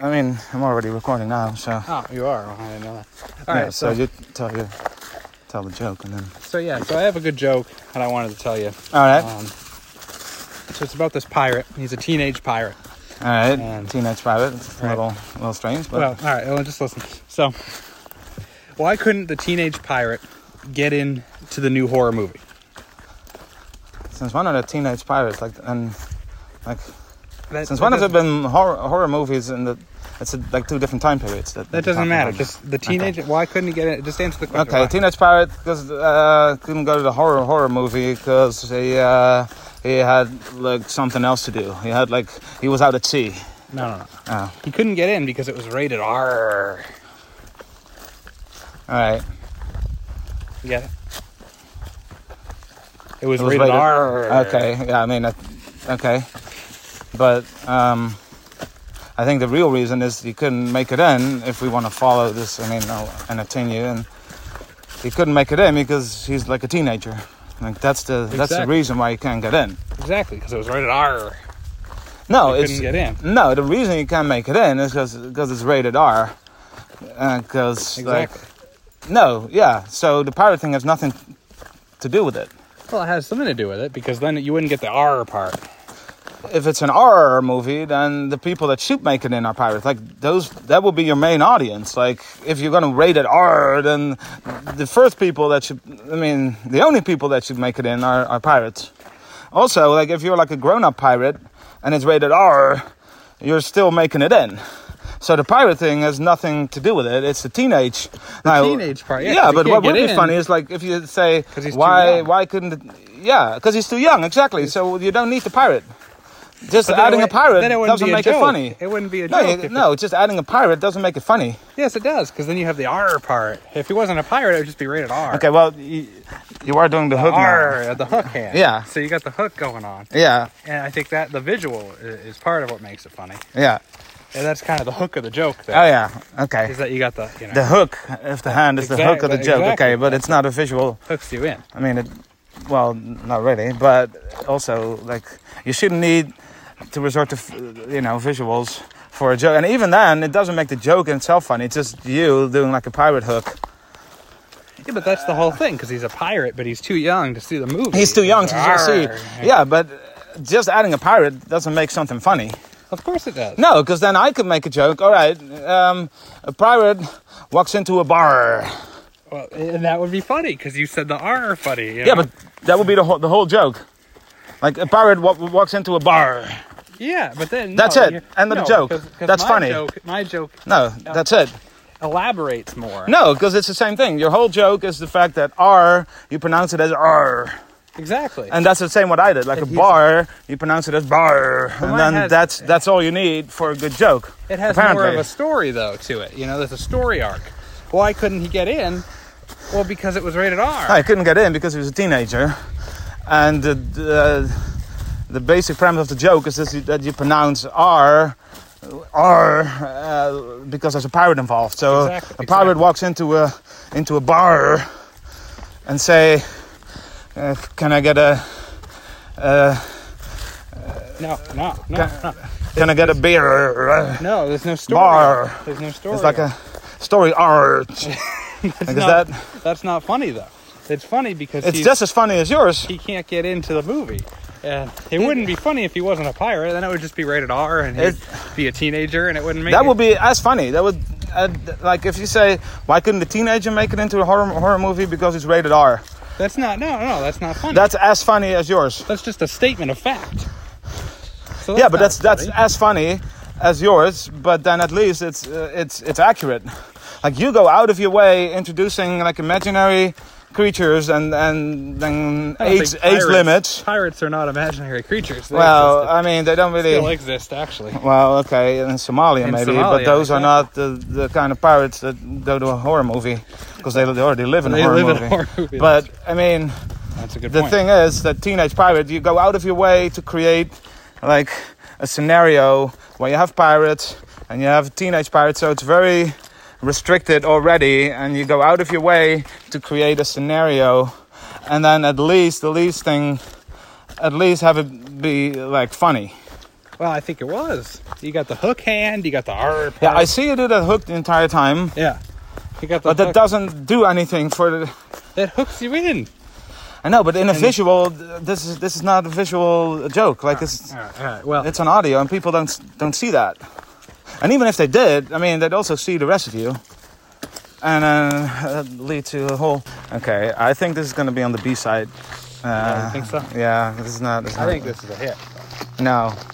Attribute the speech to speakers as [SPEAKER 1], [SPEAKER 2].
[SPEAKER 1] I mean, I'm already recording now, so.
[SPEAKER 2] Oh, you are. I didn't know that. All
[SPEAKER 1] yeah,
[SPEAKER 2] right, so
[SPEAKER 1] you tell your, tell the joke and then.
[SPEAKER 2] so yeah, so I have a good joke that I wanted to tell you.
[SPEAKER 1] All right,
[SPEAKER 2] Um, so it's about this pirate. He's a teenage pirate.
[SPEAKER 1] all right.
[SPEAKER 2] and-
[SPEAKER 1] Teenage Private. It's a
[SPEAKER 2] Right.
[SPEAKER 1] little, little strange, but
[SPEAKER 2] well, all right, well, just listen. So, why couldn't the teenage pirate get in to the new horror movie?
[SPEAKER 1] since one of the Teenage Pirates, like, and like,
[SPEAKER 2] That,
[SPEAKER 1] since
[SPEAKER 2] that
[SPEAKER 1] one of them
[SPEAKER 2] doesn't-
[SPEAKER 1] been horror, horror movies in the, it's uh, like two different time periods. That,
[SPEAKER 2] That
[SPEAKER 1] we're
[SPEAKER 2] doesn't
[SPEAKER 1] talking
[SPEAKER 2] matter.
[SPEAKER 1] about.
[SPEAKER 2] Just the teenage. Why couldn't he get in? Just answer the question.
[SPEAKER 1] Okay,
[SPEAKER 2] why?
[SPEAKER 1] Teenage Pirate because uh, couldn't go to the horror horror movie because he uh, he had like something else to do. He had like he was out at sea.
[SPEAKER 2] no, no, no.
[SPEAKER 1] Oh,
[SPEAKER 2] He couldn't get in because it was rated R.
[SPEAKER 1] all right.
[SPEAKER 2] You get it? It was,
[SPEAKER 1] It was
[SPEAKER 2] rated,
[SPEAKER 1] rated-
[SPEAKER 2] R.
[SPEAKER 1] Okay, yeah, I mean, I, okay, but um, I think the real reason is you couldn't make it in. If we want to follow this, I mean, I'll entertain you, and he couldn't make it in because he's like a teenager. Like that's the that's the
[SPEAKER 2] Exactly.
[SPEAKER 1] reason why he can't get in.
[SPEAKER 2] Exactly, because it was rated R.
[SPEAKER 1] No,
[SPEAKER 2] He
[SPEAKER 1] it's
[SPEAKER 2] couldn't get in.
[SPEAKER 1] no. The reason you can't make it in is because it's rated R. Because
[SPEAKER 2] Exactly.
[SPEAKER 1] like no, yeah. So the pirate thing has nothing to do with it.
[SPEAKER 2] Well, it has something to do with it because then you wouldn't get the R part.
[SPEAKER 1] if it's an horror movie, then the people that shoot make it in are pirates. Like those, that will be your main audience. Like if you're gonna rate it R, then the first people that should, I mean, the only people that should make it in are, are pirates. Also, like if you're like a grown-up pirate and it's rated R, you're still making it in. So the pirate thing has nothing to do with it. It's the teenage. now-
[SPEAKER 2] teenage part, yeah, 'cause
[SPEAKER 1] yeah
[SPEAKER 2] he
[SPEAKER 1] but
[SPEAKER 2] can't
[SPEAKER 1] what would
[SPEAKER 2] get
[SPEAKER 1] be
[SPEAKER 2] in.
[SPEAKER 1] funny is like if you say
[SPEAKER 2] 'Cause he's too
[SPEAKER 1] why
[SPEAKER 2] young.
[SPEAKER 1] why couldn't it, yeah because he's too young exactly. So you don't need the pirate. Just
[SPEAKER 2] But then it
[SPEAKER 1] adding a
[SPEAKER 2] would-
[SPEAKER 1] pirate
[SPEAKER 2] then it wouldn't
[SPEAKER 1] doesn't
[SPEAKER 2] be a
[SPEAKER 1] make it
[SPEAKER 2] joke.
[SPEAKER 1] funny.
[SPEAKER 2] It wouldn't be a
[SPEAKER 1] No,
[SPEAKER 2] joke.
[SPEAKER 1] you-
[SPEAKER 2] if-
[SPEAKER 1] no, just adding a pirate doesn't make it funny.
[SPEAKER 2] Yes, it does, because then you have the R part. If he wasn't a pirate, it would just be rated R.
[SPEAKER 1] Okay, well, you, you are doing the hook now.
[SPEAKER 2] R, uh, the hook hand.
[SPEAKER 1] Yeah.
[SPEAKER 2] So you got the hook going on,
[SPEAKER 1] Yeah,
[SPEAKER 2] and I think that the visual i- is part of what makes it funny,
[SPEAKER 1] yeah.
[SPEAKER 2] and that's kind of the hook of the joke.
[SPEAKER 1] Oh,
[SPEAKER 2] There,
[SPEAKER 1] yeah, okay.
[SPEAKER 2] is that you got the you know
[SPEAKER 1] The hook of the hand is the hook of the
[SPEAKER 2] Exactly,
[SPEAKER 1] joke,
[SPEAKER 2] exactly.
[SPEAKER 1] okay, but it's not a visual.
[SPEAKER 2] hooks you in.
[SPEAKER 1] I mean, it, well, not really, but also, like, you shouldn't need to resort to, f- you know, visuals for a joke. And even then, it doesn't make the joke in itself funny. It's just you doing like a pirate hook.
[SPEAKER 2] Yeah, but that's the whole thing because he's a pirate, but he's too young to see the movie.
[SPEAKER 1] He's too young to
[SPEAKER 2] R.
[SPEAKER 1] see. Yeah, but just adding a pirate doesn't make something funny.
[SPEAKER 2] Of course it does.
[SPEAKER 1] No, because then I could make a joke. All right, um, a pirate walks into a bar.
[SPEAKER 2] Well, and that would be funny because you said the R funny. you
[SPEAKER 1] Yeah,
[SPEAKER 2] know?
[SPEAKER 1] but that would be the whole, the whole joke. Like a pirate wa- walks into a bar.
[SPEAKER 2] yeah, but then
[SPEAKER 1] That's
[SPEAKER 2] no,
[SPEAKER 1] it.
[SPEAKER 2] you-
[SPEAKER 1] End of the
[SPEAKER 2] no,
[SPEAKER 1] joke.
[SPEAKER 2] 'cause- 'cause
[SPEAKER 1] That's
[SPEAKER 2] my
[SPEAKER 1] funny.
[SPEAKER 2] Joke, my joke
[SPEAKER 1] No, that's it.
[SPEAKER 2] elaborates more.
[SPEAKER 1] No, because it's the same thing. Your whole joke is the fact that R, you pronounce it as R.
[SPEAKER 2] Exactly.
[SPEAKER 1] And that's the same what I did. Like a
[SPEAKER 2] he's-
[SPEAKER 1] bar, you pronounce it as bar.
[SPEAKER 2] mine
[SPEAKER 1] And then
[SPEAKER 2] has-
[SPEAKER 1] that's, that's all you need for a good joke.
[SPEAKER 2] It has more of
[SPEAKER 1] apparently.
[SPEAKER 2] a story though to it. You know, there's a story arc. Why couldn't he get in? Well, because it was rated R.
[SPEAKER 1] I couldn't get in because he was a teenager, and the the, the basic premise of the joke is this, that you pronounce R. R uh, because there's a pirate involved. So
[SPEAKER 2] Exactly,
[SPEAKER 1] a pirate
[SPEAKER 2] exactly.
[SPEAKER 1] walks into a into a bar and say, uh, "Can I get a uh,
[SPEAKER 2] No, no, no, no.
[SPEAKER 1] Can I get a beer?"
[SPEAKER 2] No, there's no story.
[SPEAKER 1] Bar.
[SPEAKER 2] arc. There's no story.
[SPEAKER 1] It's like
[SPEAKER 2] arc.
[SPEAKER 1] a story R. like, is
[SPEAKER 2] not-
[SPEAKER 1] that?
[SPEAKER 2] That's not funny though. It's funny because
[SPEAKER 1] It's
[SPEAKER 2] he's-
[SPEAKER 1] just as funny as yours.
[SPEAKER 2] he can't get into the movie. Uh, it wouldn't be funny if he wasn't a pirate. Then it would just be rated R, and he'd be a teenager, and it wouldn't make
[SPEAKER 1] That
[SPEAKER 2] it.
[SPEAKER 1] would be as funny. That would, uh, th- like, if you say, why couldn't the teenager make it into a horror, horror movie because it's rated R?
[SPEAKER 2] That's not. No, no, that's not funny.
[SPEAKER 1] That's as funny as yours.
[SPEAKER 2] that's just a statement of fact. So
[SPEAKER 1] yeah, but
[SPEAKER 2] not
[SPEAKER 1] that's that's
[SPEAKER 2] funny.
[SPEAKER 1] as funny as yours. But then at least it's uh, it's it's accurate. Like you go out of your way introducing like imaginary creatures and and then
[SPEAKER 2] I don't
[SPEAKER 1] age
[SPEAKER 2] think
[SPEAKER 1] age
[SPEAKER 2] pirates-
[SPEAKER 1] limits.
[SPEAKER 2] Pirates are not imaginary creatures. They
[SPEAKER 1] Well,
[SPEAKER 2] exist.
[SPEAKER 1] I mean they don't
[SPEAKER 2] They
[SPEAKER 1] really.
[SPEAKER 2] still exist actually.
[SPEAKER 1] well, okay, in Somalia
[SPEAKER 2] In
[SPEAKER 1] maybe,
[SPEAKER 2] Somalia,
[SPEAKER 1] but those are not the, the kind of pirates that go to a horror movie because they, they already live in
[SPEAKER 2] They
[SPEAKER 1] a horror
[SPEAKER 2] live in
[SPEAKER 1] movie.
[SPEAKER 2] a horror movie.
[SPEAKER 1] But I mean,
[SPEAKER 2] that's a good
[SPEAKER 1] the
[SPEAKER 2] point.
[SPEAKER 1] thing is that teenage pirate, you go out of your way to create like a scenario where you have pirates and you have teenage pirates, so it's very restricted already, and you go out of your way to create a scenario, and then at least the least thing, at least have it be like funny.
[SPEAKER 2] Well, I think it was. You got the hook hand. You got the R.
[SPEAKER 1] Yeah, I see you do that hook the entire time,
[SPEAKER 2] Yeah. You got the
[SPEAKER 1] but that
[SPEAKER 2] hook-
[SPEAKER 1] doesn't do anything for the.
[SPEAKER 2] that hooks you in.
[SPEAKER 1] I know, but in a visual, th- this is this is not a visual joke. Like it's
[SPEAKER 2] All right. All right. Well,
[SPEAKER 1] it's on audio, and people don't don't see that. And even if they did, I mean, they'd also see the rest of you, and uh, that'd lead to a whole. Okay, I think this is going to be on the B side. Uh,
[SPEAKER 2] think so?
[SPEAKER 1] Yeah, this is not. This is
[SPEAKER 2] I
[SPEAKER 1] not-
[SPEAKER 2] think this is a hit.
[SPEAKER 1] No,